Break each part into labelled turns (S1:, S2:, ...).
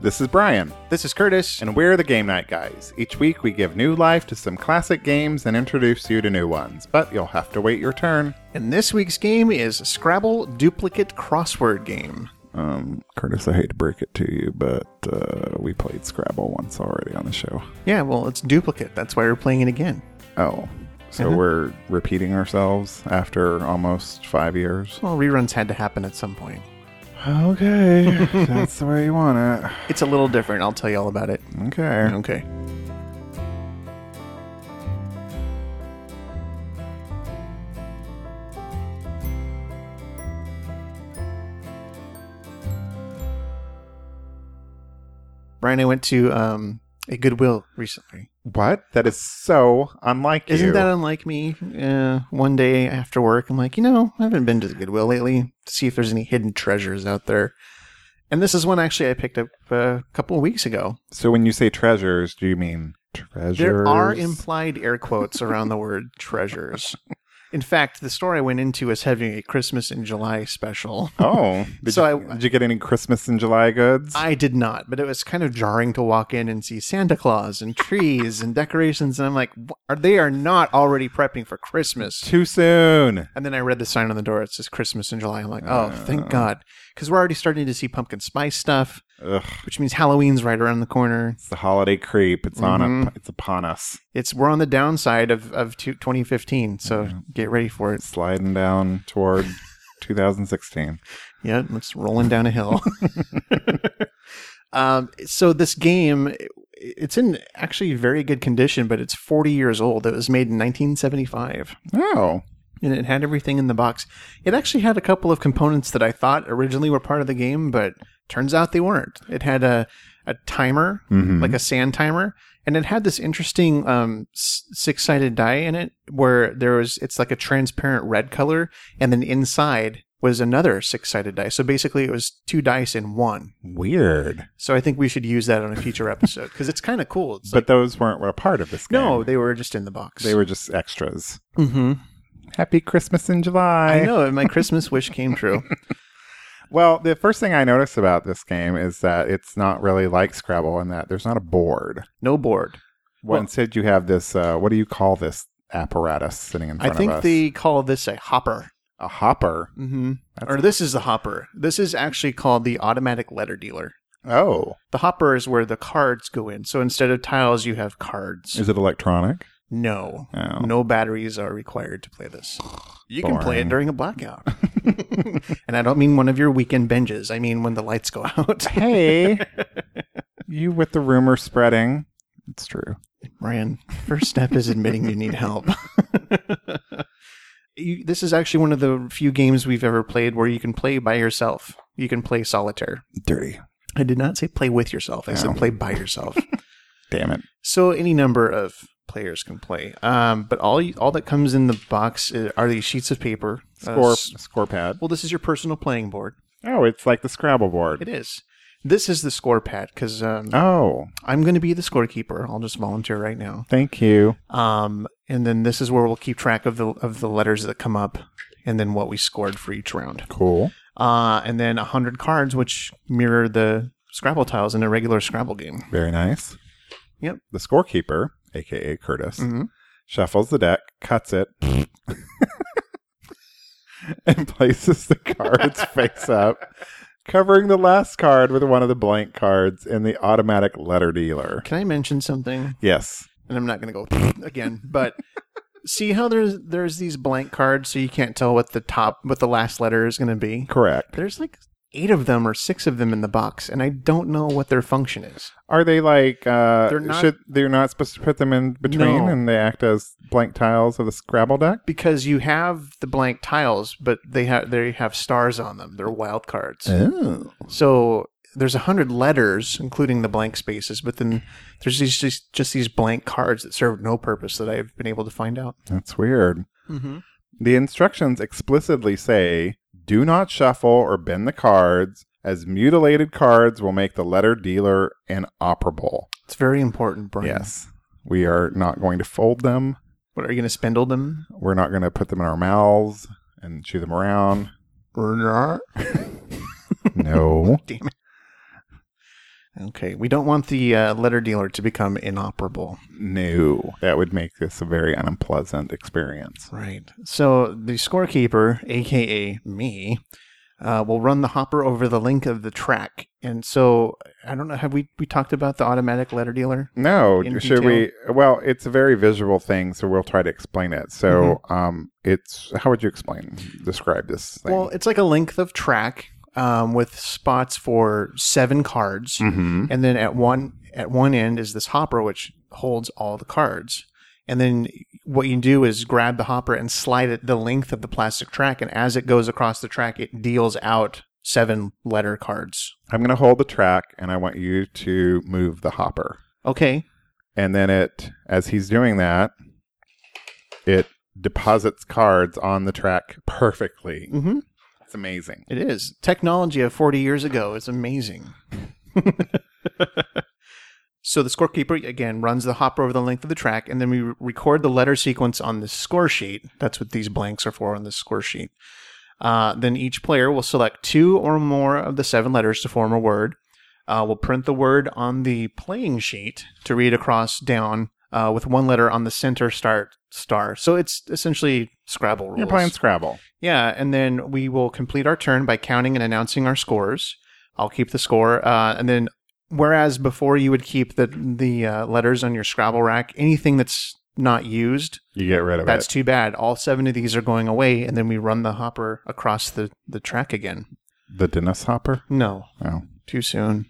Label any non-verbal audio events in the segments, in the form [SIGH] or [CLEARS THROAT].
S1: This is Brian,
S2: This is Curtis.
S1: and we're the Game Night Guys. Each week we give new life to some classic games and introduce you to new ones, but you'll have to wait your turn.
S2: And this week's game is Scrabble Duplicate Crossword Game.
S1: Um, Curtis, I hate to break it to you, but uh, we played Scrabble once already on the show.
S2: Yeah, well, it's duplicate. That's why we're playing it again.
S1: Oh, so we're repeating ourselves after almost five years?
S2: Well, reruns had to happen at some point.
S1: [LAUGHS] Okay, that's the way you want it.
S2: It's a little different. I'll tell you all about it.
S1: Okay.
S2: Okay. Brian, I went to um, a Goodwill recently.
S1: What? That is so unlike you.
S2: Isn't that unlike me? Uh, one day after work, I'm like, you know, I haven't been to the Goodwill lately to see if there's any hidden treasures out there. And this is one actually I picked up uh, a couple of weeks ago.
S1: so when you say treasures, do you mean treasures?
S2: There are implied air quotes around the word treasures. In fact, the store I went into was having a Christmas in July special.
S1: Oh, did,
S2: So
S1: you,
S2: I-
S1: did you get any Christmas and July goods?
S2: I did not, but it was kind of jarring to walk in and see Santa Claus and trees and decorations. And I'm like, "Wh- are they are not already prepping for Christmas?
S1: Too soon.
S2: And then I read the sign on the door. It says Christmas in July. I'm like, oh, thank God. Because we're already starting to see pumpkin spice stuff,
S1: Ugh,
S2: which means Halloween's right around the corner.
S1: it's the holiday creep. It's on.
S2: Mm-hmm.
S1: It's upon us.
S2: It's We're on the downside of, of two- 2015, so get ready for it.
S1: Sliding down toward 2016.
S2: Yeah, it's rolling down a hill. [LAUGHS] um, so this game, it- it's in actually very good condition, but it's 40 years old. It was made in 1975,
S1: Oh,
S2: and it had everything in the box. It actually had a couple of components that I thought originally were part of the game, but turns out they weren't. It had a a timer,
S1: Mm-hmm.
S2: like a sand timer, and it had this interesting um, six sided die in it where there was it's like a transparent red color, and then inside was another six sided die. So basically, it was two dice in one.
S1: weird.
S2: So I think we should use that on a future episode because it's kind of cool. It's
S1: But
S2: like,
S1: those weren't a part of this game.
S2: no, they were just in the box.
S1: they were just extras.
S2: Mm-hmm.
S1: Happy Christmas in July.
S2: I know, and my Christmas wish
S1: [LAUGHS]
S2: came true.
S1: Well, the first thing I noticed about this game is that it's not really like Scrabble in that there's not a board.
S2: No board.
S1: Well,
S2: Well-
S1: instead, you have this. Uh, what do you call this apparatus sitting in
S2: I
S1: front of
S2: think
S1: us?
S2: they call this a hopper.
S1: a hopper.
S2: Mm-hmm.
S1: That's-
S2: Or this is the hopper. This is actually called the automatic letter dealer.
S1: Oh,
S2: The hopper is where the cards go in. So instead of tiles, you have cards.
S1: is it electronic?
S2: No,
S1: Oh.
S2: no batteries are required to play this. You can play
S1: Boring.
S2: it during a blackout. [LAUGHS] and I don't mean one of your weekend binges. I mean when the lights go out.
S1: [LAUGHS]
S2: [LAUGHS]
S1: Hey, you with the rumor spreading? It's true.
S2: Ryan, first step is admitting you need help. [LAUGHS] you, this is actually one of the few games we've ever played where you can play by yourself. You can play solitaire.
S1: Dirty.
S2: I did not say play with yourself. I
S1: No.
S2: said play by yourself. [LAUGHS]
S1: Damn it.
S2: so any number of players can play. Um, but all you, all that comes in the box i- are these sheets of paper. Uh,
S1: Score
S2: s-
S1: score pad.
S2: well, this is your personal playing board.
S1: Oh, it's like the Scrabble board.
S2: It is. This is the score pad because um,
S1: Oh,
S2: I'm going to be the scorekeeper. I'll just volunteer right now.
S1: thank you.
S2: Um, and then this is where we'll keep track of the of the letters that come up, and then what we scored for each round.
S1: Cool.
S2: Uh, and then hundred cards, which mirror the Scrabble tiles in a regular Scrabble game.
S1: Very nice.
S2: Yep.
S1: The scorekeeper, aka Curtis,
S2: Mhm.
S1: shuffles the deck, cuts it, [LAUGHS] and places the [LAUGHS] cards face up, covering the last card with one of the blank cards in the automatic letter dealer.
S2: Can I mention something?
S1: Yes.
S2: And I'm not going to go [LAUGHS] again, but see how there's there's these blank cards, so you can't tell what the top what the last letter is going to be.
S1: Correct.
S2: There's like eight of them or six of them in the box, and I don't know what their function is.
S1: Are they like uh
S2: They're not-
S1: should they're not supposed to put them in between
S2: No.
S1: and they act as blank tiles of the Scrabble deck?
S2: because you have the blank tiles, but they have they have stars on them. They're wild cards.
S1: Oh.
S2: So there's a hundred letters, including the blank spaces, but then there's these just, just these blank cards that serve no purpose that I've been able to find out.
S1: That's weird.
S2: Mm-hmm.
S1: The instructions explicitly say do not shuffle or bend the cards, as mutilated cards will make the letter dealer inoperable.
S2: It's very important, Brian.
S1: Yes. We are not going to fold them.
S2: What are you going to spindle them?
S1: We're not going to put them in our mouths and chew them around.
S2: [LAUGHS] Damn
S1: No.
S2: it! Okay, we don't want the uh, letter dealer to become inoperable.
S1: No, that would make this a very unpleasant experience.
S2: Right. So the scorekeeper, aka me, uh, will run the hopper over the length of the track. And so I don't know. Have we we talked about the automatic letter dealer?
S1: No,
S2: In
S1: should
S2: detail?
S1: we? Well, it's a very visual thing, so we'll try to explain it. So,
S2: Mm-hmm.
S1: um, it's how would you explain, describe this thing?
S2: Well, it's like a length of track um, with spots for seven cards,
S1: Mhm.
S2: and then at one at one end is this hopper which holds all the cards. And then what you do is grab the hopper and slide it the length of the plastic track, and as it goes across the track, it deals out seven letter cards.
S1: I'm going to hold the track, and I want you to move the hopper.
S2: Okay,
S1: And then it, as he's doing that, it deposits cards on the track perfectly.
S2: Mhm.
S1: It's amazing.
S2: it is technology of forty years ago.
S1: [LAUGHS]
S2: It's amazing. So the scorekeeper again runs the hopper over the length of the track, and then we re- record the letter sequence on the score sheet. That's what these blanks are for on the score sheet. Uh, then each player will select two or more of the seven letters to form a word. Uh, we'll print the word on the playing sheet to read across down uh, with one letter on the center start star. So it's essentially Scrabble rules.
S1: You're playing Scrabble.
S2: Yeah, and then we will complete our turn by counting and announcing our scores. I'll keep the score, uh, and then whereas before you would keep the the uh, letters on your Scrabble rack, anything that's not used,
S1: You get rid of
S2: that's
S1: it.
S2: too bad. All seven of these are going away, and then we run the hopper across the the track again.
S1: The Dennis Hopper?
S2: No,
S1: Oh.
S2: too soon.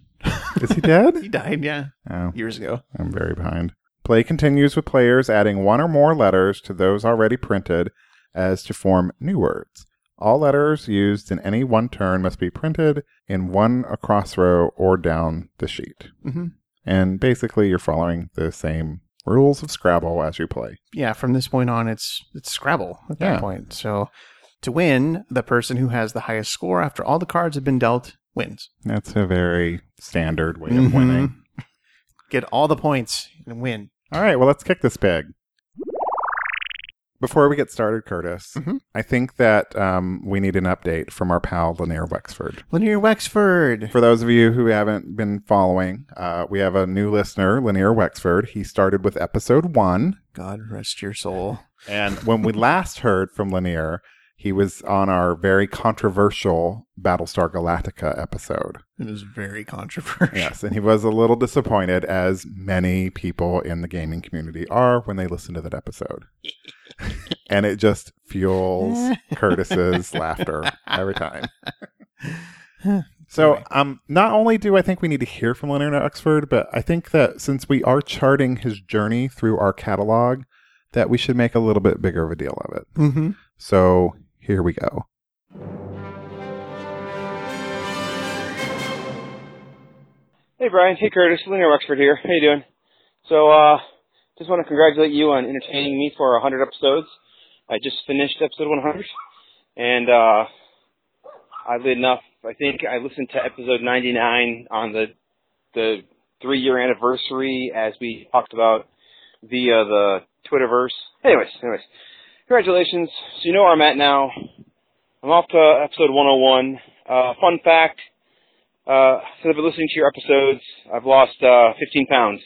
S1: Is he dead?
S2: He died, yeah,
S1: [LAUGHS] Oh.
S2: years ago.
S1: I'm very behind. Play continues with players adding one or more letters to those already printed as to form new words. All letters used in any one turn must be printed in one across row or down the sheet.
S2: hmm
S1: And basically, you're following the same rules of Scrabble as you play.
S2: Yeah, from this point on, it's it's Scrabble at that
S1: Yeah.
S2: point. So to win, the person who has the highest score after all the cards have been dealt wins.
S1: That's a very standard way of
S2: Mhm.
S1: winning.
S2: Get all the points and win.
S1: All right, well, let's kick this pig. Before we get started, Curtis,
S2: Mhm.
S1: I think that um, we need an update from our pal Lanier Wexford.
S2: Lanier Wexford.
S1: For those of you who haven't been following, uh, we have a new listener, Lanier Wexford. He started with episode one.
S2: God rest your soul.
S1: And when we last heard from Lanier, he was on our very controversial Battlestar Galactica episode.
S2: It was very controversial.
S1: Yes. And he was a little disappointed, as many people in the gaming community are when they listen to that episode. and it just fuels Curtis's laughter every time. So,
S2: Anyway.
S1: um, not only do I think we need to hear from Leonard Oxford, but I think that since we are charting his journey through our catalog, that we should make a little bit bigger of a deal of it.
S2: Mm-hmm.
S1: So here we go.
S3: Hey Brian, hey Curtis, Lanier Wexford here. How you doing? So, uh, just want to congratulate you on entertaining me for 100 episodes. I just finished episode 100, and uh, oddly enough, I think I listened to episode 99 on the the three year anniversary as we talked about via the Twitterverse. Anyways, anyways, congratulations. So you know where I'm at now. I'm off to episode 101. Uh, fun fact. Uh, since I've been listening to your episodes, I've lost uh, 15 pounds,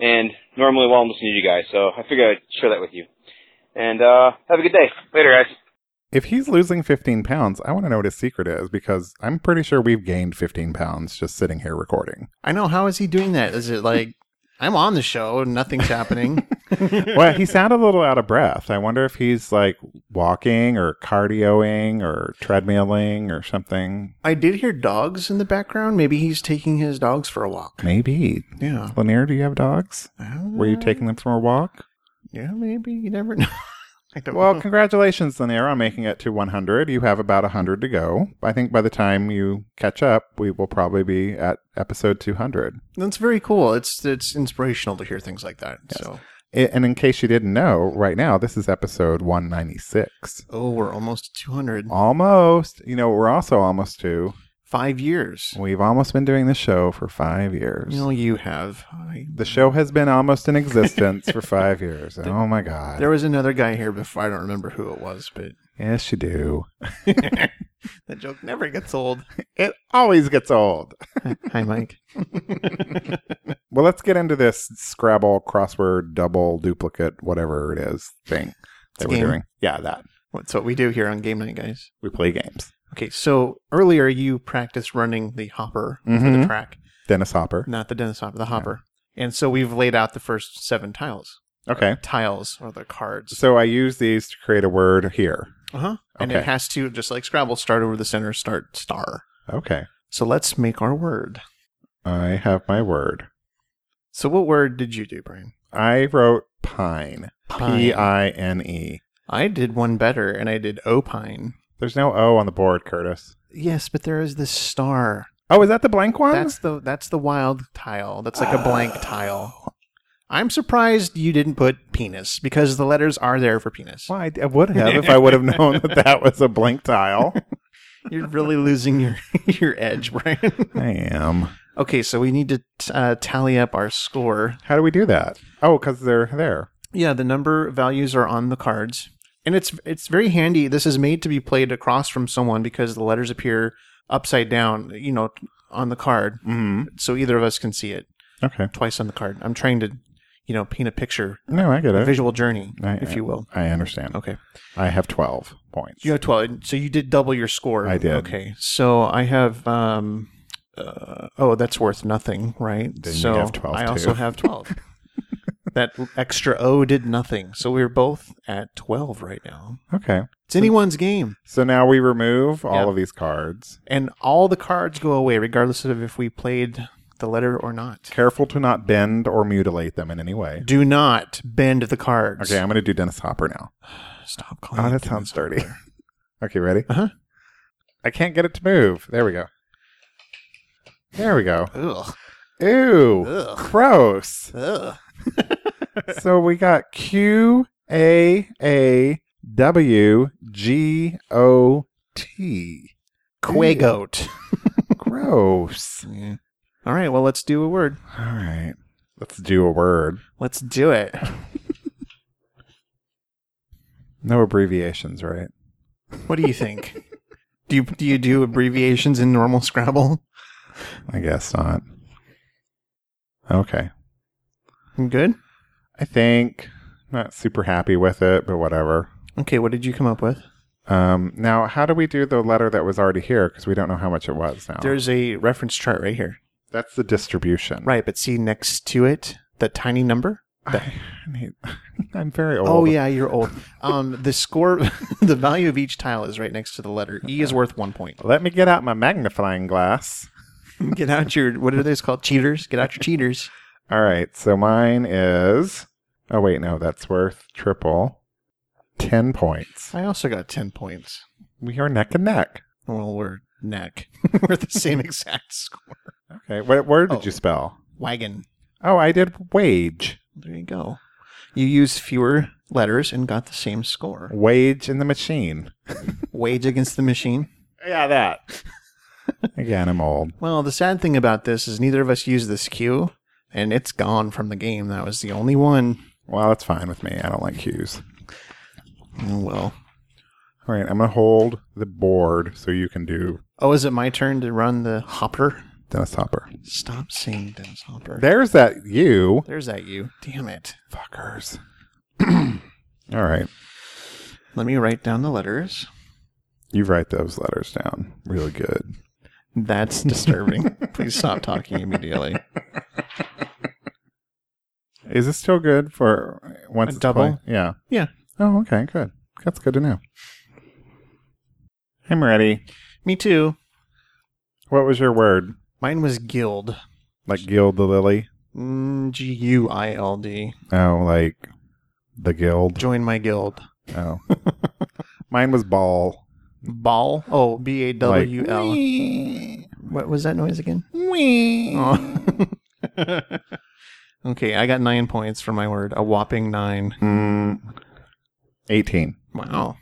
S3: and normally while I'm listening to you guys, so I figured I'd share that with you. And uh, have a good day. Later, guys.
S1: If he's losing 15 pounds, I want to know what his secret is because I'm pretty sure we've gained 15 pounds just sitting here recording.
S2: [LAUGHS] I know. How is he doing that? Is it like I'm on the show and
S1: [LAUGHS]
S2: nothing's happening?
S1: well, he sounded a little out of breath. I wonder if he's like walking or cardioing or treadmilling or something.
S2: I did hear dogs in the background. Maybe he's taking his dogs for a walk.
S1: Maybe.
S2: Yeah.
S1: Lanier, do you have dogs? Were you
S2: Uh,
S1: taking them for a walk?
S2: Yeah, maybe. You never know. [LAUGHS] I don't
S1: Well,
S2: know.
S1: congratulations, Lanier, on making it to 100. You have about 100 to go. I think by the time you catch up, we will probably be at episode 200.
S2: That's very cool. It's it's inspirational to hear things like that. So,
S1: I- And in case you didn't know, right now, this is episode 196.
S2: oh, we're almost 200.
S1: Almost. You know what we're also almost to?
S2: Five years.
S1: We've almost been doing the show for five years.
S2: No, you have. I,
S1: the show has been almost in [LAUGHS] existence for five years. Oh my God.
S2: there was another guy here before. I don't remember who it was, but
S1: Yes, you do.
S2: That joke never
S1: [LAUGHS]
S2: gets old.
S1: It always gets old.
S2: Hi, Mike.
S1: Well, let's get into this Scrabble crossword double duplicate, whatever it is, thing that
S2: a
S1: we're
S2: game.
S1: doing. Yeah, that.
S2: That's what we do here on game night, guys.
S1: We play games.
S2: Okay, so earlier you practiced running the hopper for
S1: Mhm.
S2: the track,
S1: Dennis Hopper.
S2: not the Dennis hopper, the hopper. And so we've laid out the first seven tiles.
S1: Okay.
S2: Tiles are the cards.
S1: So I use these to create a word here.
S2: Uh huh. And
S1: Okay.
S2: it has to, just like Scrabble, start over the center, start star.
S1: Okay.
S2: So let's make our word.
S1: I have my word.
S2: So what word did you do, Brian?
S1: I wrote pine. P
S2: Pine.
S1: I N E.
S2: I did one better, and I did opine.
S1: There's no O on the board, Curtis.
S2: Yes, but there is this star.
S1: Oh, is that the blank one?
S2: That's the that's the wild tile. That's like a blank tile. I'm surprised you didn't put penis because the letters are there for penis.
S1: Well, I, I would have if I would have known that that was a blank
S2: [LAUGHS]
S1: tile.
S2: You're really losing your [LAUGHS] your edge, Brian.
S1: I am.
S2: okay, so we need to t- uh, tally up our score.
S1: How do we do that? Oh, because they're there.
S2: Yeah, the number values are on the cards, and it's it's very handy. This is made to be played across from someone because the letters appear upside down. You know, on the card,
S1: Mm-hmm.
S2: so either of us can see it
S1: Okay.
S2: twice on the card. I'm trying to, you know, paint a picture,
S1: No, I get
S2: a
S1: it.
S2: visual journey,
S1: I-
S2: if you will.
S1: I understand.
S2: Okay.
S1: I have 12 points.
S2: You have 12. So you did double your score.
S1: I did.
S2: Okay. So I have, um, uh, oh, that's worth nothing, right?
S1: Then you
S2: so
S1: have 12
S2: I
S1: too.
S2: also have
S1: [LAUGHS]
S2: 12. that extra O did nothing. So we're both at 12 right now.
S1: Okay.
S2: It's anyone's game.
S1: So now we remove all
S2: Yeah.
S1: of these cards.
S2: And all the cards go away, regardless of if we played the letter or not.
S1: Careful to not bend or mutilate them in any way.
S2: Do not bend the cards.
S1: Okay, I'm going to do Dennis Hopper now.
S2: Stop calling.
S1: Oh,
S2: it
S1: that
S2: Dennis
S1: sounds dirty.
S2: Hopper.
S1: Okay, ready?
S2: Uh-huh.
S1: I can't get it to move. There we go. There we go.
S2: Ugh.
S1: Ew.
S2: Ugh. [LAUGHS]
S1: Gross.
S2: Ugh.
S1: so we got Q A A W G O T.
S2: Quagoat.
S1: Gross.
S2: Yeah. All right. Well, let's do a word.
S1: All right. Let's do a word.
S2: Let's do it.
S1: No abbreviations, right?
S2: What do you think? do you do you do abbreviations in normal Scrabble?
S1: I guess not. Okay.
S2: You Good.
S1: I think not super happy with it, but whatever.
S2: Okay. What did you come up with?
S1: Um, now, how do we do the letter that was already here? Because we don't know how much it was now.
S2: There's a reference chart right here.
S1: That's the distribution.
S2: Right, but see next to it the tiny number.
S1: I need, [LAUGHS] I'm very old.
S2: Oh yeah, you're old. Um, the score, [LAUGHS] the value of each tile is right next to the letter. E is worth one point.
S1: Let me get out my magnifying glass.
S2: Get out your what are those called? Cheaters. Get out your cheaters.
S1: All right. So mine is. Oh, wait. No, that's worth triple. 10 points.
S2: I also got ten points.
S1: We are neck and neck.
S2: Well, we're neck. [LAUGHS] we're the same exact score.
S1: Okay. What word did
S2: Oh.
S1: you spell?
S2: Wagon.
S1: Oh, I did wage.
S2: There you go. You used fewer letters and got the same score.
S1: Wage in the machine.
S2: Wage against the machine.
S1: Yeah, that. Again, I'm old.
S2: Well, the sad thing about this is neither of us used this cue, and it's gone from the game. That was the only one.
S1: Well, that's fine with me. I don't like cues.
S2: Oh, well.
S1: All right, I'm going to hold the board so you can do
S2: Oh, is it my turn to run the hopper?
S1: Dennis Hopper.
S2: Stop saying Dennis Hopper.
S1: There's that you.
S2: There's that you. Damn it.
S1: Fuckers. [CLEARS THROAT] All right.
S2: Let me write down the letters.
S1: You write those letters down. Really good. [LAUGHS]
S2: That's disturbing. Please stop talking immediately.
S1: Is this still good for once
S2: A
S1: it's
S2: double?
S1: played? Yeah.
S2: Yeah.
S1: Oh, okay. Good. That's good to know. I'm ready.
S2: Me too.
S1: What was your word?
S2: Mine was guild.
S1: Like gild the lily?
S2: Mm, G U I L D.
S1: Oh, like the guild.
S2: Join my guild.
S1: Oh. [LAUGHS] Mine was ball.
S2: Ball. Oh, B A
S1: Like,
S2: W L. What was that noise again? Oh. [LAUGHS] okay, I got nine points for my word. A whopping nine.
S1: Mm, 18.
S2: Wow.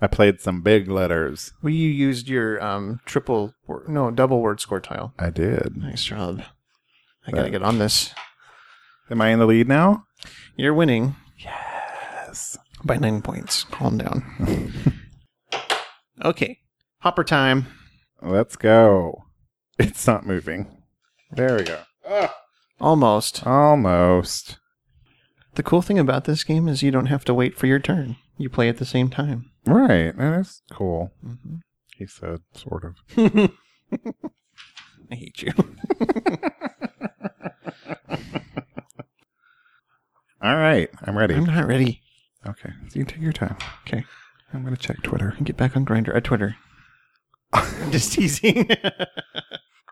S1: I played some big letters.
S2: Well, you used your um triple wor- no double word score tile.
S1: I did.
S2: Nice job. I gotta
S1: Right.
S2: get on this.
S1: Am I in the lead now?
S2: You're winning
S1: Yes.
S2: by nine points. Calm down. [LAUGHS] Okay. Hopper time.
S1: Let's go. It's not moving. There we go.
S2: Almost.
S1: Almost.
S2: The cool thing about this game is you don't have to wait for your turn. You play at the same time.
S1: Right. That is cool.
S2: hmm
S1: He said, sort of.
S2: I hate you. [LAUGHS]
S1: All right. I'm ready.
S2: I'm not ready.
S1: Okay. So you take your time.
S2: Okay.
S1: I'm going to check Twitter.
S2: Get back on Grinder at Twitter. [LAUGHS] I'm just teasing.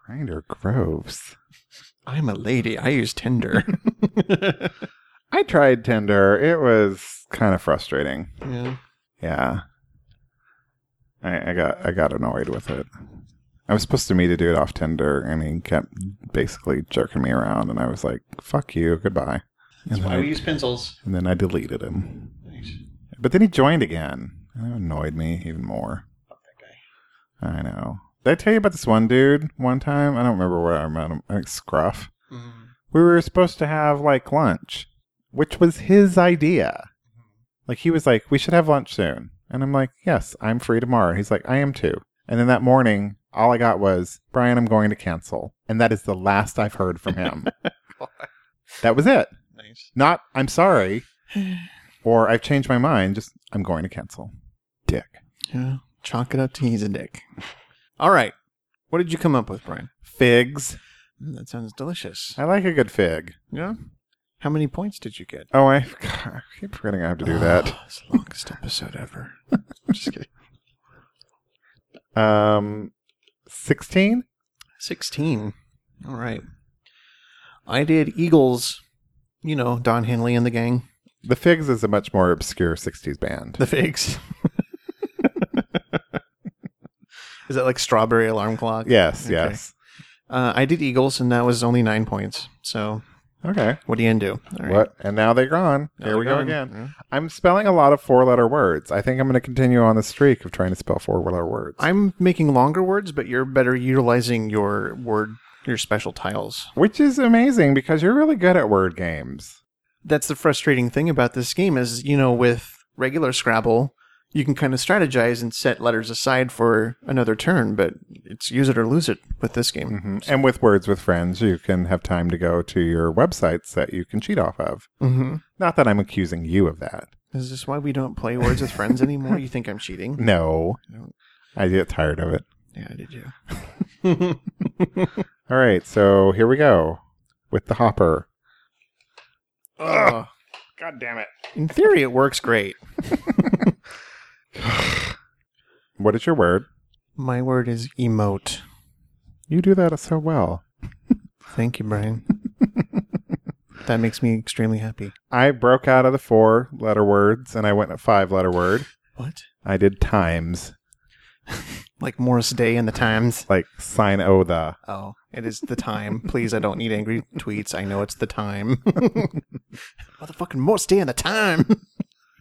S1: Grinder Groves.
S2: [LAUGHS] I'm a lady. I use [LAUGHS] Tinder.
S1: I tried Tinder. It was kind of frustrating.
S2: yeah.
S1: Yeah. I, I got I got annoyed with it. I was supposed to meet a dude off Tinder and he kept basically jerking me around and I was like, fuck you, goodbye. And then, I,
S2: use pencils.
S1: and then I deleted him. But then he joined again. And that annoyed me even more. I know. Did I tell you about this one dude one time? I don't remember where I met him. I think Scruff. we were supposed to have like lunch, which was his idea. Like he was like, "We should have lunch soon," and I'm like, "Yes, I'm free tomorrow." He's like, "I am too." And then that morning, all I got was, "Brian, I'm going to cancel," and that is the last I've heard from him. that was it.
S2: Nice.
S1: Not, "I'm
S2: [SIGHS]
S1: sorry," or "I've changed my mind." Just, "I'm going to cancel." Dick.
S2: Yeah. Chalk it up to he's a dick. All right. What did you come up with, Brian?
S1: Figs.
S2: Mm, that sounds delicious.
S1: I like a good fig.
S2: Yeah. How many points did you get?
S1: Oh, I, [LAUGHS] I keep forgetting I have to do that.
S2: [SIGHS] It's the longest episode ever. I'm [LAUGHS] just kidding.
S1: Um, sixteen.
S2: 16. All right. I did Eagles, you know, Don Henley and the gang,
S1: The Figs is a much more obscure 60s band.
S2: [LAUGHS] the Figs. Is that like Strawberry Alarm Clock?
S1: Yes,
S2: Okay.
S1: yes.
S2: Uh, I did Eagles, and that was only nine points. So
S1: Okay.
S2: what do you do? All right.
S1: What? And now they're gone.
S2: Now
S1: Here we
S2: they're
S1: go
S2: gone.
S1: again.
S2: Yeah.
S1: I'm spelling a lot of four letter words. I think I'm going to continue on the streak of trying to spell four letter words.
S2: I'm making longer words, but you're better utilizing your word, your special tiles.
S1: Which is amazing because you're really good at word games.
S2: that's the frustrating thing about this game is you know with regular scrabble you can kind of strategize and set letters aside for another turn but it's use it or lose it with this game
S1: hmm And with Words with Friends, you can have time to go to your websites that you can cheat off of.
S2: mm-hmm.
S1: Not that I'm accusing you of that.
S2: is this why we don't play words with friends anymore you think i'm cheating [LAUGHS]
S1: No.
S2: No.
S1: I get tired of it.
S2: yeah i did you
S1: All right. So here we go with the hopper.
S2: Ugh.
S1: God damn it.
S2: in theory it works great
S1: What is your word?
S2: my word is emote
S1: You do that so well.
S2: thank you [LAUGHS] brian that makes me extremely happy
S1: I broke out of the four letter words and I went a five letter word.
S2: what
S1: I did times,
S2: like morris day and the times
S1: like sign o the.
S2: Oh, it is the time. Please, I don't need angry tweets. I know it's the time. [LAUGHS] Motherfucking more stay in the time.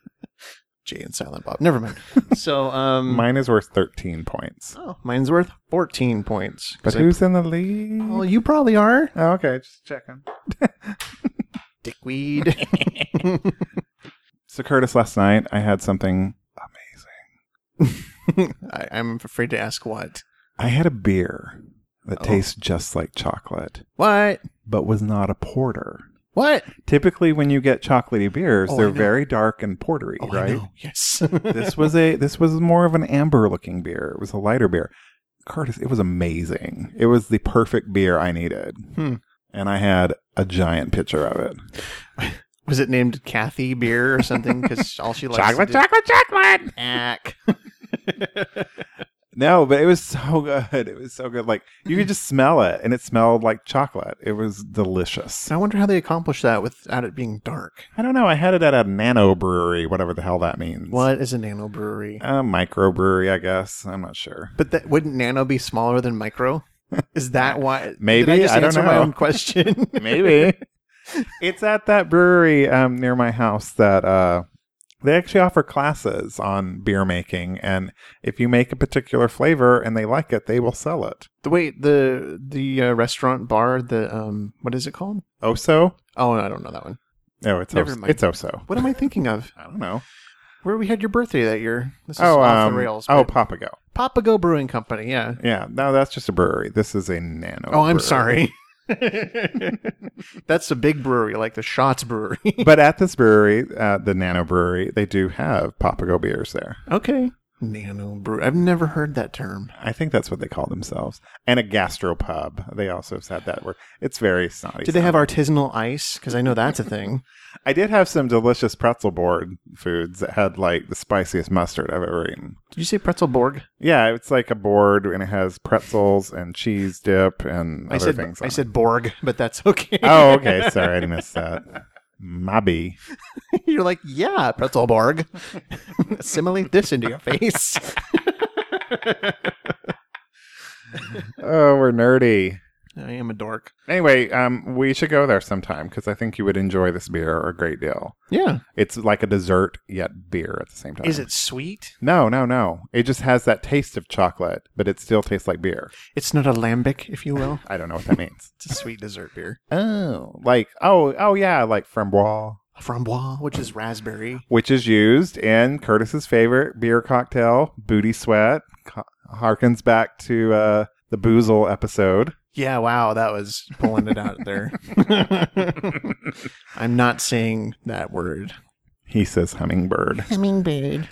S2: [LAUGHS] Jay and Silent Bob. Never mind. [LAUGHS] So, um,
S1: Mine is worth 13 points.
S2: oh, mine's worth 14 points. 'Cause
S1: But
S2: I-
S1: who's in the lead?
S2: well, you probably are.
S1: Oh, okay, just checking.
S2: Dickweed.
S1: [LAUGHS]
S2: [LAUGHS]
S1: So, Curtis, last night I had something amazing.
S2: I, I'm afraid to ask what.
S1: I had a beer that
S2: Oh.
S1: tastes just like chocolate,
S2: What?
S1: but was not a porter.
S2: What?
S1: Typically, when you get chocolatey beers,
S2: Oh, I
S1: they're
S2: know.
S1: very dark and portery,
S2: Oh, I
S1: right?
S2: know. [LAUGHS] Yes.
S1: this was a this was more of an amber looking beer. It was a lighter beer. Curtis, it was amazing. It was the perfect beer I needed.
S2: Hmm.
S1: And I had a giant pitcher of it.
S2: Was it named Kathy Beer or something?
S1: [LAUGHS]
S2: Because all she likes to do-
S1: chocolate, chocolate.
S2: Ack.
S1: No, but it was so good. It was so good. Like you could just smell it and it smelled like chocolate. It was delicious.
S2: I wonder how they accomplished that without it being dark.
S1: I don't know. I had it at a nano brewery, whatever the hell that means.
S2: What is a nano brewery?
S1: A microbrewery, I guess. I'm not sure.
S2: But that wouldn't nano be smaller than micro? [LAUGHS] Is that why?
S1: Maybe,
S2: Did I, just
S1: I don't
S2: answer my
S1: know.
S2: own question. [LAUGHS]
S1: Maybe. it's at that brewery um, near my house that uh, they actually offer classes on beer making. And if you make a particular flavor and they like it, they will sell it.
S2: the wait the the uh, restaurant bar the um what is it called?
S1: Oso?
S2: Oh, I don't know that one.
S1: No, it's
S2: Never
S1: Oso.
S2: mind.
S1: It's Oso. [LAUGHS]
S2: What am I thinking of?
S1: I don't know.
S2: where we had your birthday that year. This is
S1: oh,
S2: off
S1: um,
S2: the rails.
S1: oh,
S2: but-
S1: Papago.
S2: Papago Brewing Company. Yeah.
S1: Yeah, no, that's just a brewery. This is a nano.
S2: Oh, I'm
S1: brewery.
S2: sorry. [LAUGHS] That's a big brewery, like the Shots Brewery. [LAUGHS]
S1: but at this brewery, uh, the nano brewery, they do have Papago beers there.
S2: okay. Nano brew. I've never heard that term.
S1: I think that's what they call themselves. And a gastropub. They also have had that word. It's very snotty.
S2: Do they have artisanal ice? Because I know that's a [LAUGHS] thing.
S1: I did have some delicious pretzel board foods that had like the spiciest mustard I've ever eaten.
S2: Did you say Pretzelborg?
S1: Yeah, it's like a board and it has pretzels and cheese dip and
S2: I
S1: other
S2: said
S1: things.
S2: I
S1: on
S2: said Borg, but that's okay. [LAUGHS]
S1: it. Oh, okay. Sorry, I missed that. Mobby.
S2: You're like, yeah, Pretzelborg. [LAUGHS] Assimilate this into your face. [LAUGHS]
S1: Oh, we're nerdy.
S2: I am a dork.
S1: Anyway, um, we should go there sometime because I think you would enjoy this beer a great deal.
S2: Yeah.
S1: It's like a dessert yet beer at the same time.
S2: Is it sweet?
S1: No, no, no. It just has that taste of chocolate, but it still tastes like beer.
S2: It's not a lambic, if you will.
S1: I don't know what that
S2: [LAUGHS]
S1: means.
S2: It's a sweet dessert beer.
S1: oh, like oh, oh yeah, like framboise,
S2: [LAUGHS] A framboise, which is raspberry.
S1: which is used in Curtis's favorite beer cocktail, Booty Sweat. Co- harkens back to uh, the Boozle episode.
S2: Yeah, wow, that was pulling it out [LAUGHS] there. I'm not saying that word.
S1: He says
S2: [LAUGHS]
S1: hummingbird.
S2: Hummingbird.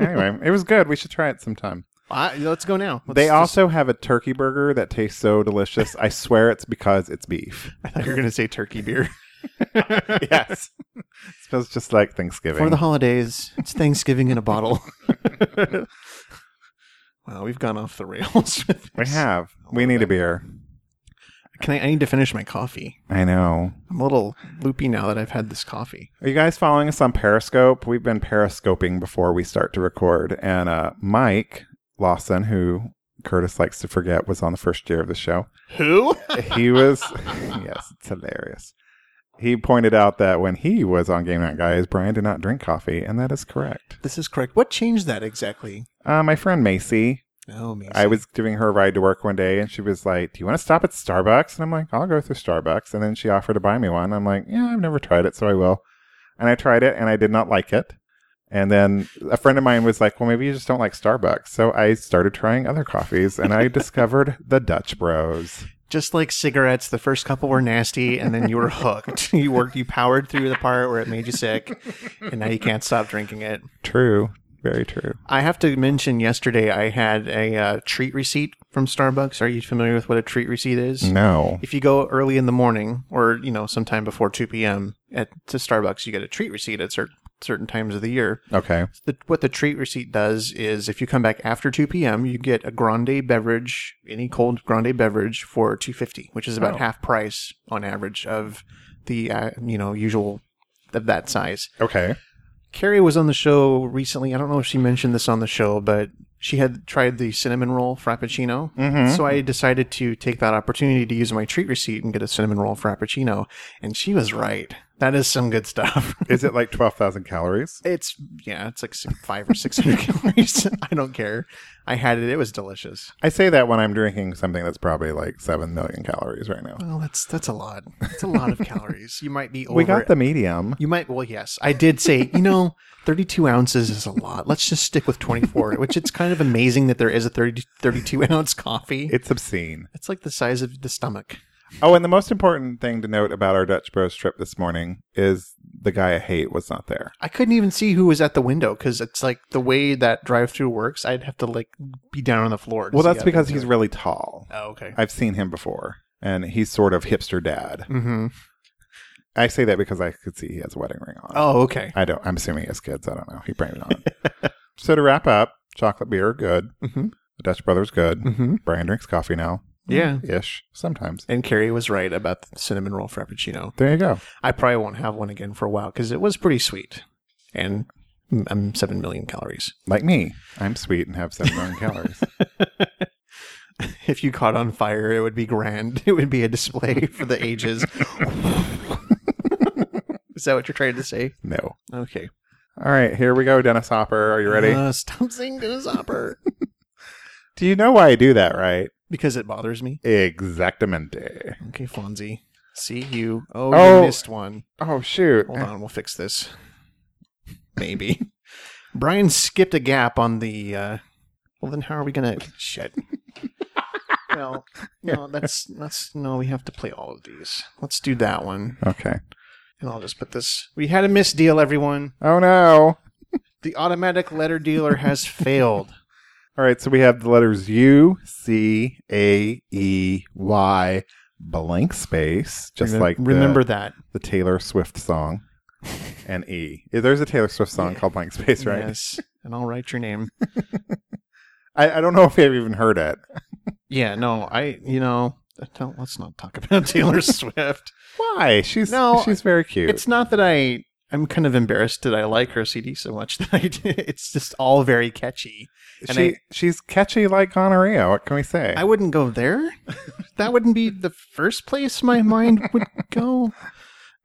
S1: anyway, it was good. We should try it sometime.
S2: let's go now. Let's
S1: they
S2: just-
S1: also have a turkey burger that tastes so delicious. I swear it's because it's
S2: [LAUGHS]
S1: beef.
S2: I thought you were going to say turkey beer.
S1: yes. [LAUGHS] it smells just like Thanksgiving.
S2: For the holidays, it's Thanksgiving in a bottle. [LAUGHS] wow, we've gone off the rails. with
S1: we
S2: this.
S1: have. We need a beer.
S2: Can I, I need to finish my coffee.
S1: I know.
S2: I'm a little loopy now that I've had this coffee.
S1: Are you guys following us on Periscope? We've been periscoping before we start to record. And uh, Mike Lawson, who Curtis likes to forget was on the first year of the show,
S2: Who?
S1: he was, [LAUGHS] yes, it's hilarious. He pointed out that when he was on Game Night Guys, Brian did not drink coffee. And that is correct.
S2: this is correct. What changed that exactly?
S1: Uh, my friend Macy,
S2: Oh, me.
S1: I was giving her a ride to work one day and she was like, Do you want to stop at Starbucks? And I'm like, I'll go through Starbucks. And then she offered to buy me one. I'm like, Yeah, I've never tried it, so I will. And I tried it and I did not like it. And then a friend of mine was like, Well, maybe you just don't like Starbucks. So I started trying other coffees and I discovered the Dutch Bros.
S2: just like cigarettes, the first couple were nasty, and then you were hooked. [LAUGHS] you worked, you powered through the part where it made you sick, and now you can't stop drinking it.
S1: True. Very true.
S2: I have to mention yesterday I had a uh, treat receipt from Starbucks. Are you familiar with what a treat receipt is?
S1: Mm. No.
S2: If you go early in the morning or you know sometime before two p.m. at to Starbucks, you get a treat receipt at cer- certain times of the year.
S1: Okay.
S2: The, what the treat receipt does is if you come back after 2 p.m., you get a grande beverage, any cold grande beverage for 250, which is about
S1: Oh.
S2: half price on average of the uh, you know usual of that size.
S1: Okay.
S2: Carrie was on the show recently. I don't know if she mentioned this on the show, but she had tried the cinnamon roll frappuccino.
S1: Mhm.
S2: So I decided to take that opportunity to use my treat receipt and get a cinnamon roll frappuccino, and she was right. That is some good stuff. [LAUGHS]
S1: Is it like 12,000 calories?
S2: It's yeah, it's like six- five or six [LAUGHS] hundred calories. I don't care. I had it. It was delicious.
S1: I say that when I'm drinking something that's probably like 7 million calories right now.
S2: Well, that's that's a lot. That's a lot of calories. You might be [LAUGHS] over.
S1: We got
S2: the.
S1: the medium.
S2: You might. Well, yes, I did say. You know, thirty-two ounces is a lot. Let's just stick with twenty-four. which it's kind of amazing that there is a 30, 32 [LAUGHS] ounce coffee.
S1: It's obscene.
S2: it's like the size of the stomach.
S1: Oh, and the most important thing to note about our Dutch Bros trip this morning is the guy I hate was not there.
S2: I couldn't even see who was at the window because it's like the way that drive-through works. I'd have to like be down on the floor. to
S1: Well,
S2: see
S1: that's
S2: up
S1: because
S2: into
S1: he's
S2: [LAUGHS] it.
S1: really tall.
S2: Oh, okay.
S1: I've seen him before, and he's sort of hipster dad.
S2: Mm-hmm.
S1: I say that because I could see he has a wedding ring on.
S2: Oh, okay.
S1: I don't. I'm assuming he has kids. I don't know. He probably not. so to wrap up, chocolate beer good.
S2: Mhm.
S1: The Dutch Brothers good.
S2: [LAUGHS] Mm-hmm.
S1: Brian drinks coffee now,
S2: Yeah.
S1: ish sometimes.
S2: And Carrie was right about the cinnamon roll frappuccino.
S1: There you go.
S2: I probably won't have one again for a while because it was pretty sweet. And mm, I'm 7 million calories.
S1: Like me, I'm sweet and have seven million
S2: [LAUGHS]
S1: calories.
S2: If you caught on fire, it would be grand. [LAUGHS] It would be a display for the
S1: [LAUGHS]
S2: ages. Is that what you're trying to say?
S1: No.
S2: Okay.
S1: All right, here we go, Dennis Hopper. Are you ready?
S2: Uh, stop saying Dennis Hopper.
S1: Do you know why I do that, right?
S2: [LAUGHS] because it bothers me.
S1: Exactamente.
S2: Okay, Fonzie. See you. Oh,
S1: Oh.
S2: you missed one.
S1: Oh shoot.
S2: Hold on. We'll fix this. Maybe. [LAUGHS] Brian skipped a gap on the. Uh, well, then how are we gonna?
S1: [LAUGHS]
S2: Shit. well, no, that's that's no. We have to play all of these. Let's do that one,
S1: Okay.
S2: and I'll just put this. We had a miss deal, everyone.
S1: Oh no.
S2: The automatic letter dealer
S1: [LAUGHS]
S2: has failed.
S1: All right, so we have the letters U, C, A, E, Y, blank space, just
S2: Remem-
S1: like the,
S2: remember that.
S1: the Taylor Swift song, and E. There's a Taylor Swift song
S2: Yeah.
S1: called Blank Space, right?
S2: Yes, and I'll write your name.
S1: I, I don't know if I've even heard it.
S2: Yeah, no, I. You know, don't- let's not talk about [LAUGHS] Taylor Swift.
S1: Why? She's
S2: No,
S1: she's very cute.
S2: It's not that I I'm kind of embarrassed that I like her CD so much [LAUGHS] that I it's just all very catchy. and
S1: she
S2: I-
S1: she's catchy like gonorrhea. What can we say?
S2: I wouldn't go there. [LAUGHS] that wouldn't be the first place my mind would go.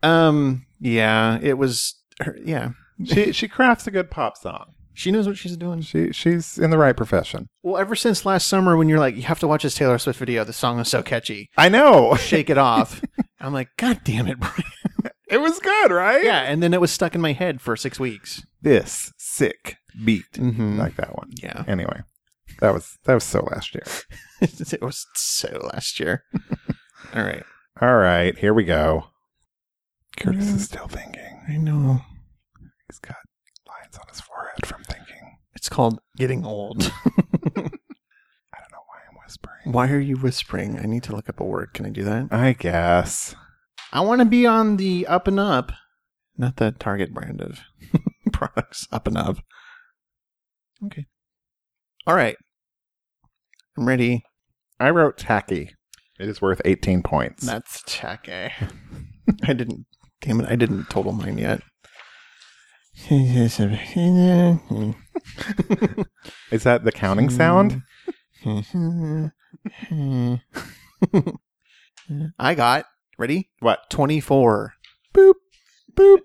S2: Um yeah, it was her, yeah.
S1: she she crafts a good pop
S2: [LAUGHS]
S1: song.
S2: She knows what she's doing.
S1: She she's in the right profession.
S2: Well, ever since last summer when you're like you have to watch this Taylor Swift video, the song is so catchy.
S1: I know. [LAUGHS]
S2: Shake it [LAUGHS] off. I'm like, God damn it, Brian.
S1: It was good, right?
S2: [LAUGHS] Yeah, and then it was stuck in my head for six weeks.
S1: This sick beat.
S2: Mm-hmm.
S1: Like that one.
S2: yeah. [LAUGHS]
S1: Anyway. That was that was so last year.
S2: it was so last [LAUGHS] year. All right.
S1: All right, here we go. Curtis is still thinking.
S2: I know.
S1: He's got lines on his forehead from thinking.
S2: It's called getting old.
S1: I don't know why I'm whispering.
S2: [LAUGHS] Why are you whispering? I need to look up a word. Can I do that?
S1: I guess.
S2: I want to be on the up and up, not the Target brand of [LAUGHS] products. Up and up. Okay. All right. I'm ready.
S1: I wrote tacky. It is worth 18 points.
S2: That's check. eh? [LAUGHS] I didn't. Damn it! I didn't total mine yet. [LAUGHS]
S1: Is that the counting
S2: Hmm.
S1: sound?
S2: [LAUGHS] I got ready.
S1: What?
S2: Twenty four.
S1: Boop,
S2: [LAUGHS]
S1: boop,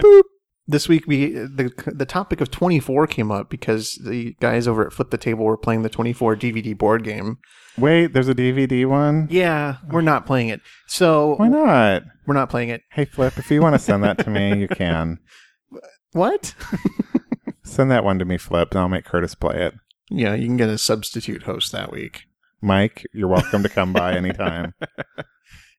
S1: boop.
S2: This week we the the topic of twenty four came up because the guys over at Flip the Table were playing the twenty four DVD board game.
S1: Wait, there's a DVD one?
S2: Yeah, we're not playing it. So
S1: Why not?
S2: we're not playing it.
S1: Hey, Flip, if you want to send that to me, you can.
S2: What? [LAUGHS]
S1: Send that one to me, Flip, and I'll make Curtis play it.
S2: yeah, you can get a substitute host that week.
S1: Mike, you're welcome to come by anytime.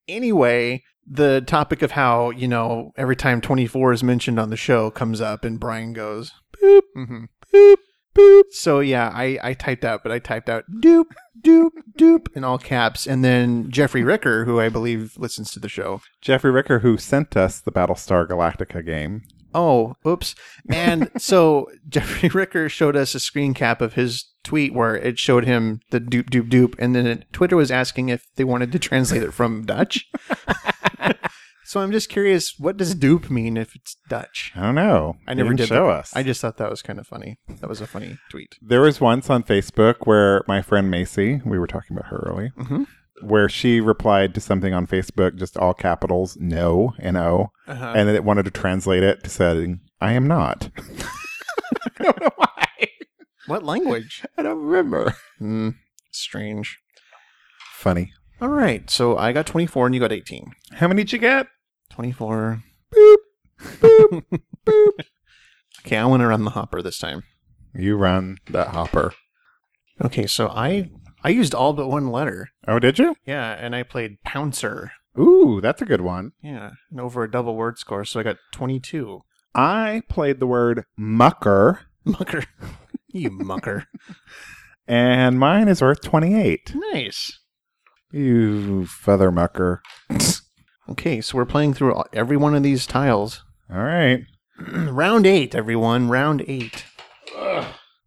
S2: anyway, the topic of how, you know, every time 24 is mentioned on the show comes up and Brian goes, boop, mm-hmm. boop, boop. So, yeah, I, I typed out, but I typed out doop, doop, doop in all caps. And then Jeffrey Ricker, who I believe listens to the show.
S1: Jeffrey Ricker, who sent us the Battlestar Galactica game.
S2: Oh, oops. And so [LAUGHS] Jeffrey Ricker showed us a screen cap of his tweet where it showed him the doop, doop, doop. And then it, Twitter was asking if they wanted to translate it
S1: [LAUGHS]
S2: from Dutch. so I'm just curious, what does doop mean if it's Dutch?
S1: I don't know.
S2: I
S1: They
S2: never
S1: didn't
S2: did
S1: show
S2: that.
S1: us.
S2: I just thought that was kind of funny. That was a funny tweet.
S1: there was once on Facebook where my friend Macy, we were talking about her earlier,
S2: Mhm.
S1: where she replied to something on Facebook, just all capitals, no, N O,
S2: Uh-huh.
S1: and then it wanted to translate it to saying, I am not. I don't know why.
S2: What language?
S1: [LAUGHS] I don't remember.
S2: Hmm. strange.
S1: Funny.
S2: All right. So I got 24 and you got 18.
S1: How many did you get?
S2: 24.
S1: Boop.
S2: [LAUGHS] Okay, I want to run the hopper this time.
S1: You run that hopper.
S2: Okay, so I I used all but one letter.
S1: Oh, did you?
S2: Yeah, and I played Pouncer.
S1: Ooh, that's a good one.
S2: Yeah, and over a double word score, so I got 22.
S1: I played the word mucker,
S2: Mucker. [LAUGHS] you mucker.
S1: and mine is worth 28.
S2: Nice.
S1: You feather mucker.
S2: Okay, so we're playing through all- every one of these tiles. [CLEARS THROAT]
S1: All right.
S2: round 8, everyone. Round 8.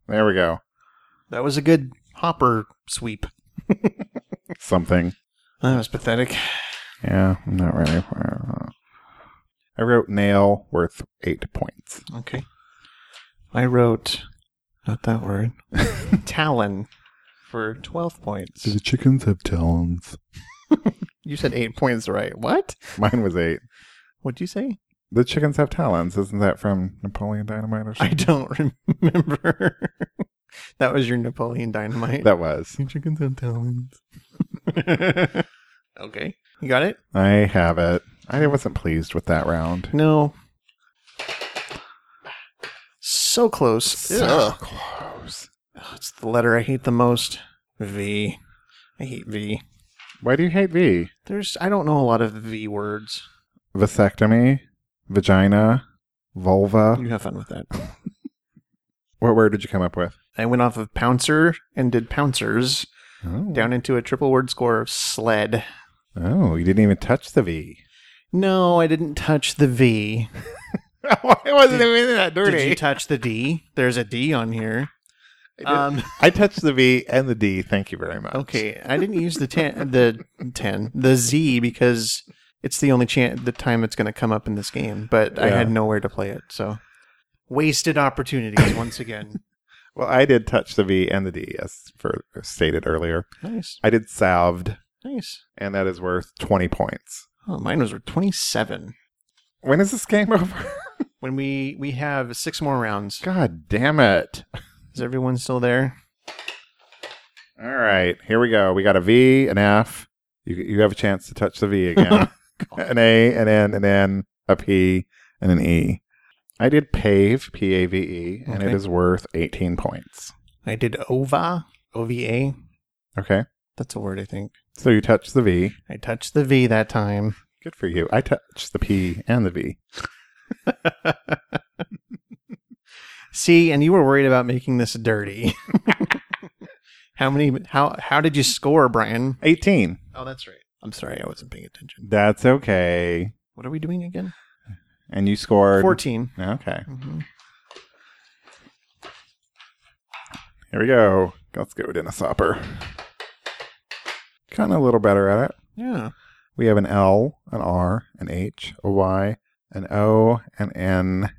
S1: There we go.
S2: That was a good hopper sweep.
S1: Something.
S2: That was pathetic.
S1: Yeah, I'm not really. I wrote nail worth eight points.
S2: Okay. I wrote, not that word, [LAUGHS] Talon for 12 points.
S1: chickens have talons?
S2: You said 8 points, right? What?
S1: Mine was eight.
S2: What'd you say?
S1: The chickens have talons. Isn't that from Napoleon Dynamite or
S2: [LAUGHS] I
S1: something?
S2: [LAUGHS] don't remember. [LAUGHS] that was your Napoleon Dynamite.
S1: that was.
S2: chickens and talons. [LAUGHS] okay. You got it?
S1: I have it. I wasn't pleased with that round.
S2: No. So close.
S1: So
S2: Ugh.
S1: close.
S2: It's the letter I hate the most. V. I hate V.
S1: Why do you hate V?
S2: There's I don't know a lot of V words.
S1: Vasectomy, vagina, vulva.
S2: You have fun with that.
S1: What word did you come up with?
S2: I went off of Pouncer and did Pouncers
S1: Oh.
S2: down into a triple word score of sled.
S1: Oh, you didn't even touch the V. [LAUGHS]
S2: No, I didn't touch the V.
S1: it wasn't even that
S2: Did you touch the D? There's a D on here. Um,
S1: I touched the V and the D. Thank you very much.
S2: okay, I didn't use the ten, the ten, the Z because it's the only chan the time it's going to come up in this game. But I
S1: Yeah.
S2: had nowhere to play it, so wasted opportunities once again.
S1: Well, I did touch the V and the D, as for, stated earlier.
S2: nice,
S1: I did salved,
S2: nice.
S1: and that is worth 20 points.
S2: Oh, mine was twenty seven.
S1: When is this game [LAUGHS] over?
S2: When we we have six more rounds.
S1: God damn it.
S2: Is everyone still there?
S1: All right, here we go. We got a V, an F. You, you have a chance to touch the V
S2: [LAUGHS]
S1: again. an A, an N, an N, a P, and an E. I did pave, P A V E, and it
S2: Okay.
S1: is worth 18 points.
S2: I did OVA, OVA.
S1: Okay,
S2: That's a word I think.
S1: so you touch the V.
S2: I touched the V that time.
S1: Good for you. I touched the P and the V.
S2: See, and you were worried about making this dirty. [LAUGHS] how many? How how did you score, Brian?
S1: 18.
S2: Oh, that's right. I'm sorry, I wasn't paying attention.
S1: That's okay.
S2: What are we doing again?
S1: And you scored
S2: 14
S1: Okay,
S2: Mm-hmm.
S1: here we go. Let's go, Dennis Hopper. Kind of a little better at it.
S2: Yeah.
S1: We have an L, an R, an H, a Y, an O, an N,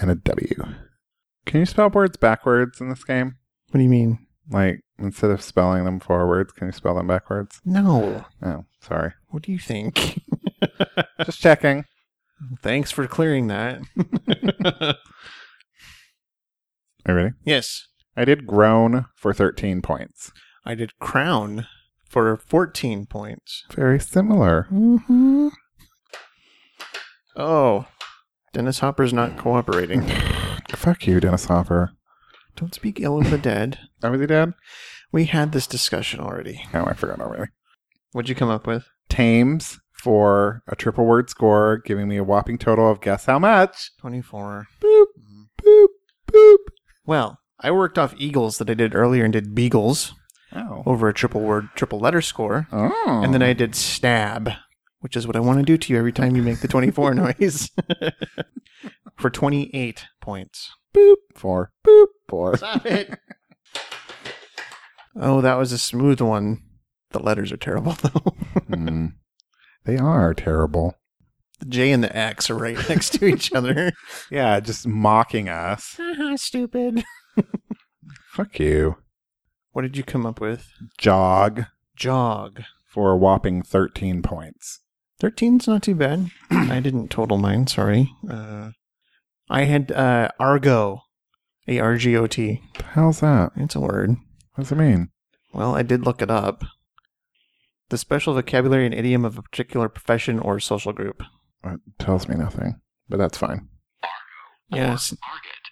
S1: and a W. Can you spell words backwards in this game?
S2: What do you mean?
S1: Like instead of spelling them forwards, can you spell them backwards?
S2: No.
S1: Oh, sorry.
S2: What do you think? [LAUGHS]
S1: Just checking.
S2: Thanks for clearing that.
S1: Are you ready?
S2: [LAUGHS] yes,
S1: I did groan for 13 points.
S2: I did crown for 14 points.
S1: Very similar.
S2: Mm-hmm. Oh, Dennis Hopper's not cooperating. [LAUGHS]
S1: Fuck you, Dennis Hopper.
S2: Don't speak ill of the dead.
S1: Oh, is he dead?
S2: We had this discussion already.
S1: Oh, I forgot already.
S2: What'd you come up with?
S1: Tames for a triple word score, giving me a whopping total of guess how much?
S2: 24.
S1: Boop, boop, boop.
S2: Well, I worked off eagles that I did earlier and did beagles
S1: Oh.
S2: over a triple word, triple letter score.
S1: Oh.
S2: And then I did stab, which is what I want to do to you every time you make the [LAUGHS] 24 noise for 28 points.
S1: boop four boop
S2: [LAUGHS]
S1: four.
S2: Stop it. Oh, that was a smooth one. The letters are terrible, [LAUGHS] though.
S1: Hmm. They are terrible.
S2: The J and the X are right next to each [LAUGHS] other.
S1: Yeah, just mocking us.
S2: Stupid.
S1: Fuck you.
S2: What did you come up with?
S1: Jog
S2: Jog.
S1: for a whopping thirteen points.
S2: 13's not too bad. I didn't total mine, sorry. Uh, I had uh, Argo, A R G O T.
S1: How's that?
S2: It's a word.
S1: What does it mean?
S2: Well, I did look it up. The special vocabulary and idiom of a particular profession or social group.
S1: It tells me nothing, but that's fine.
S2: Yes.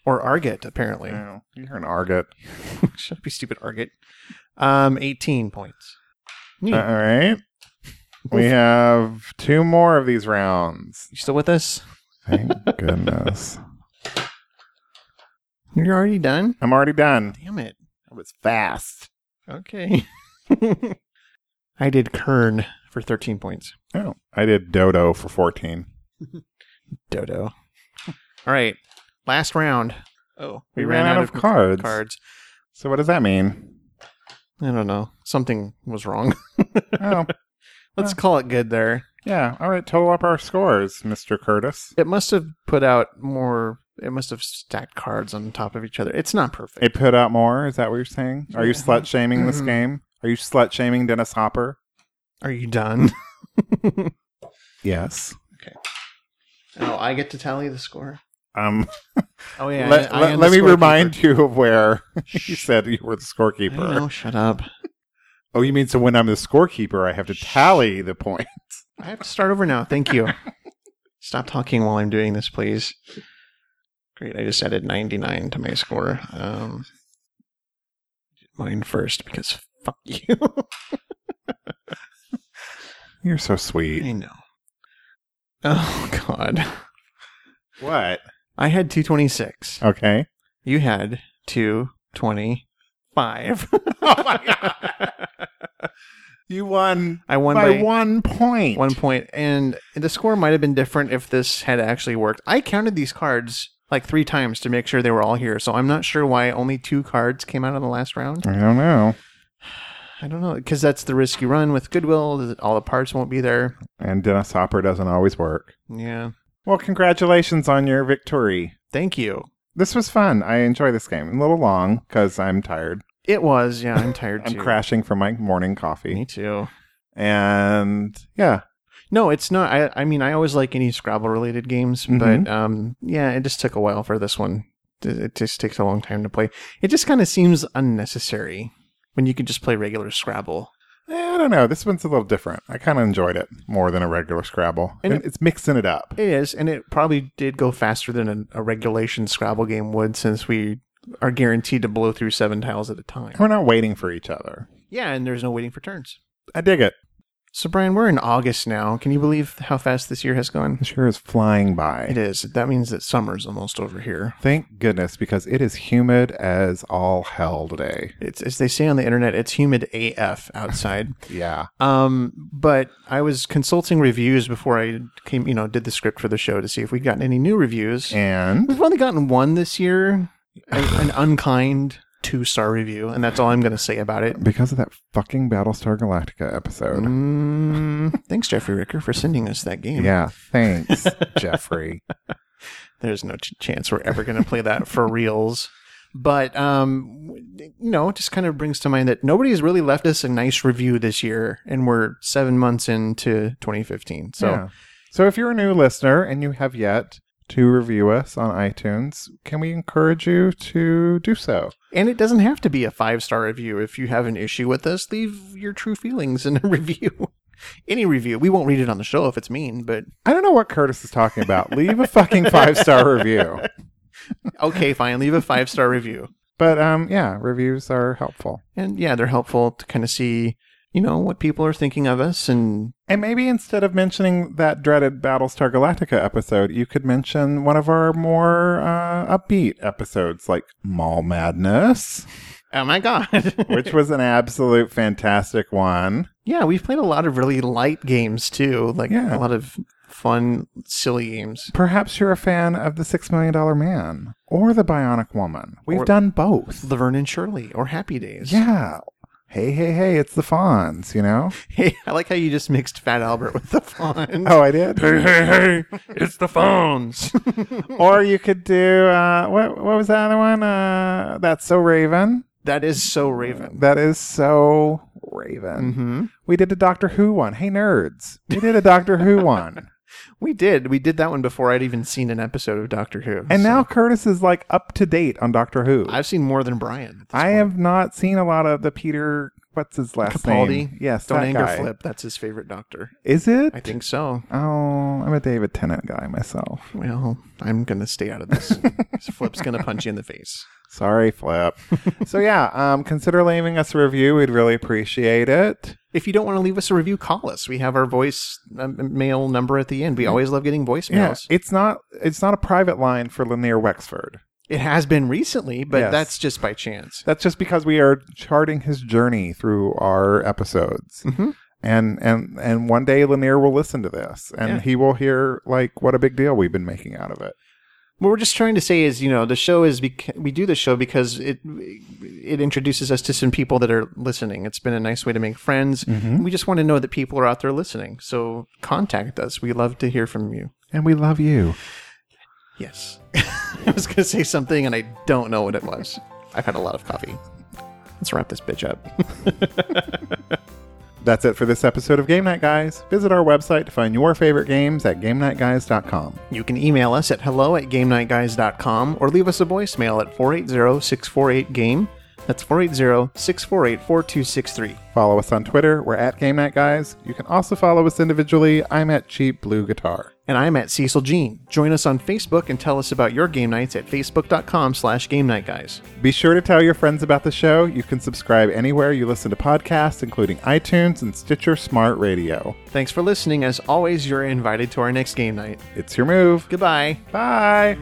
S2: Or argot, apparently. [LAUGHS]
S1: You're an argot.
S2: Shut up, you stupid argot. Um, 18 points. Neat.
S1: All right. We have two more of these rounds.
S2: you still with us? [LAUGHS]
S1: Thank goodness.
S2: You're already done?
S1: I'm already done.
S2: Damn it.
S1: That was fast.
S2: Okay. [LAUGHS] I did Kern for 13 points.
S1: Oh, I did dodo for 14.
S2: Dodo. All right. Last round. Oh,
S1: We ran out of cards.
S2: cards.
S1: So what does that mean?
S2: I don't know. Something was wrong. [LAUGHS]
S1: Oh,
S2: Let's call it good there.
S1: Yeah. All right. Total up our scores, Mr. Curtis.
S2: It must have put out more. It must have stacked cards on top of each other. It's not perfect.
S1: It put out more. Is that what you're saying? Are you
S2: Yeah. Mm-hmm.
S1: slut shaming this game? Are you slut shaming Dennis Hopper?
S2: Are you done?
S1: Yes.
S2: oh, I get to tally the score.
S1: Um.
S2: Oh yeah.
S1: let
S2: I- I
S1: let-
S2: am
S1: let
S2: the
S1: me
S2: scorekeeper.
S1: remind you of where [LAUGHS] you
S2: Shh.
S1: said you were the
S2: I know,
S1: scorekeeper.
S2: shut up.
S1: Oh, you mean so when I'm the scorekeeper, I have to tally the point?
S2: I have to start over now. Thank you. Stop talking while I'm doing this, please. Great. I just added 99 to my score. Um, mine first because fuck
S1: [LAUGHS]
S2: you.
S1: You're so sweet.
S2: I know. Oh, God.
S1: What?
S2: I had 226.
S1: Okay.
S2: You had 225.
S1: [LAUGHS] Oh my god. you won
S2: I won
S1: by,
S2: by
S1: one point.
S2: one point, and the score might have been different if this had actually worked. I counted these cards like three times to make sure they were all here, so I'm not sure why only two cards came out in the last round.
S1: I don't know.
S2: I don't know because that's the risk you run with Goodwill. that All the parts won't be there.
S1: And Dennis Hopper doesn't always work.
S2: Yeah.
S1: Well, congratulations on your victory.
S2: Thank you.
S1: This was fun. I enjoy this game. A little long because I'm tired.
S2: It was. Yeah, [LAUGHS] I'm tired.
S1: I'm
S2: too.
S1: crashing from my morning coffee.
S2: Me too.
S1: And yeah,
S2: No, it's not. I, I mean, I always like any Scrabble related games, but um, yeah, it just took a while for this one. It it just takes a long time to play. It just kind of seems unnecessary when you could just play regular Scrabble.
S1: Eh, I don't know. This one's a little different. I kind of enjoyed it more than a regular Scrabble.
S2: And
S1: And it's mixing it up.
S2: It is, and it probably did go faster than a, a regulation Scrabble game would, since we are guaranteed to blow through seven tiles at a time.
S1: We're not waiting for each other.
S2: Yeah, and there's no waiting for turns.
S1: I dig it.
S2: So, Brian, we're in August now. Can you believe how fast this year has gone?
S1: It sure is flying by.
S2: It is. That means that summer's almost over here.
S1: Thank goodness, because it is humid as all hell today.
S2: It's as they say on the internet, it's humid AF outside. [LAUGHS]
S1: Yeah.
S2: Um, but I was consulting reviews before I came, you know, did the script for the show to see if we'd gotten any new reviews.
S1: And
S2: We've only gotten one this year, an, an unkind two star review, and that's all I'm going to say about it.
S1: because of that fucking Battlestar Galactica episode.
S2: Mm, thanks, Jeffrey Ricker, for sending us that game.
S1: Yeah. Thanks, Jeffrey.
S2: There's no ch- chance we're ever going to play that for [LAUGHS] reals. But, um, w- you know, it just kind of brings to mind that nobody's really left us a nice review this year, and we're seven months into 2015. So.
S1: Yeah. So if you're a new listener and you have yet to review us on iTunes, can we encourage you to do so?
S2: And it doesn't have to be a five star review. If you have an issue with us, leave your true feelings in a [LAUGHS] review. Any review. We won't read it on the show if it's mean, but
S1: I don't know what Curtis is talking about. Leave a fucking five star review.
S2: okay, fine. Leave a five star [LAUGHS] review.
S1: But um, yeah, reviews are helpful.
S2: And yeah, they're helpful to kind of see, you know, what people are thinking of us. And
S1: And maybe instead of mentioning that dreaded Battlestar Galactica episode, you could mention one of our more uh, upbeat episodes, like Mall Madness,
S2: oh my God. [LAUGHS]
S1: which was an absolute fantastic one.
S2: yeah, we've played a lot of really light games too, like
S1: Yeah.
S2: a lot of fun, silly games.
S1: Perhaps you're a fan of the Six Million Dollar Man or the Bionic Woman. We've
S2: Or-
S1: done both.
S2: The Vernon Shirley or Happy Days.
S1: Yeah. Hey, hey, hey! It's the Fonz, you know.
S2: [LAUGHS] Hey, I like how you just mixed Fat Albert with the
S1: [LAUGHS]
S2: Fonz.
S1: Oh, I did.
S2: hey, hey, it's the phones.
S1: [LAUGHS] or you could do uh, what? What was that other one? Uh, That's so Raven.
S2: [LAUGHS] that is so Raven.
S1: That is so Raven.
S2: Mm-hmm.
S1: We did a Doctor Who one. Hey, nerds. We did a Doctor
S2: [LAUGHS]
S1: Who one.
S2: We did. We did that one before I'd even seen an episode of Doctor Who.
S1: And
S2: so-
S1: now Curtis is like up to date on Doctor Who. i
S2: I've seen more than Brian. at this point.
S1: have not seen a lot of the Peter, what's his last name?
S2: Capaldi.
S1: Yes,
S2: Don't
S1: that
S2: anger
S1: guy.
S2: Flip. That's his favorite doctor.
S1: Is it?
S2: I think so.
S1: Oh, I'm a David Tennant guy myself.
S2: Well, I'm gonna stay out of this.
S1: [LAUGHS]
S2: Flip's gonna punch you in the face.
S1: Sorry,
S2: [LAUGHS]
S1: Flip. so yeah, um, consider leaving us a review. We'd really appreciate it.
S2: If you don't want to leave us a review, call us. We have our voice um, mail number at the end. We always love getting voicemails.
S1: Yeah, it's not it's not a private line for Lanier Wexford.
S2: It has been recently, but
S1: Yes.
S2: that's just by chance.
S1: That's just because we are charting his journey through our episodes.
S2: Mhm.
S1: And and and one day Lanier will listen to this and
S2: Yeah.
S1: he will hear like what a big deal we've been making out of it.
S2: what we're just trying to say is, you know, the show is bec- we do the show because it it introduces us to some people that are listening. It's been a nice way to make friends. We just want to know that people are out there listening. So contact us. We love to hear from you.
S1: And we love you.
S2: Yes. [LAUGHS] I was going to say something and I don't know what it was. I've had a lot of coffee. Let's wrap this bitch up.
S1: That's it for this episode of Game Night Guys. Visit our website to find your favorite games at GameNightGuys.com.
S2: You can email us at hello at GameNightGuys.com or leave us a voicemail at 480 648 GAME. That's 480 648 4263.
S1: Follow us on Twitter. We're at Game Night Guys. You can also follow us individually. I'm at Cheap Blue Guitar.
S2: And I'm at Cecil Jean. Join us on Facebook and tell us about your game nights at facebook.com slash game night guys.
S1: Be sure to tell your friends about the show. You can subscribe anywhere you listen to podcasts, including iTunes and Stitcher Smart Radio.
S2: Thanks for listening. As always, you're invited to our next game night.
S1: It's your move.
S2: Goodbye.
S1: Bye.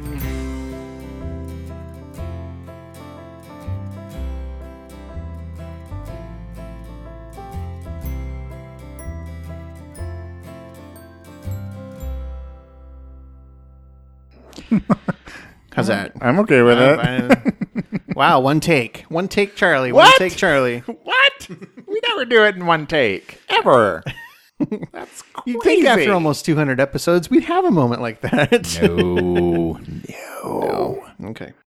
S2: How's that?
S1: I'm okay with
S2: I'm [LAUGHS]
S1: it.
S2: Wow, one take. One take, Charlie.
S1: What?
S2: One take, Charlie.
S1: what? We never do it in one take.
S2: [LAUGHS]
S1: Ever. That's crazy.
S2: You'd think after almost [LAUGHS] 200 episodes, we'd have a moment like that. [LAUGHS]
S1: no.
S2: Okay.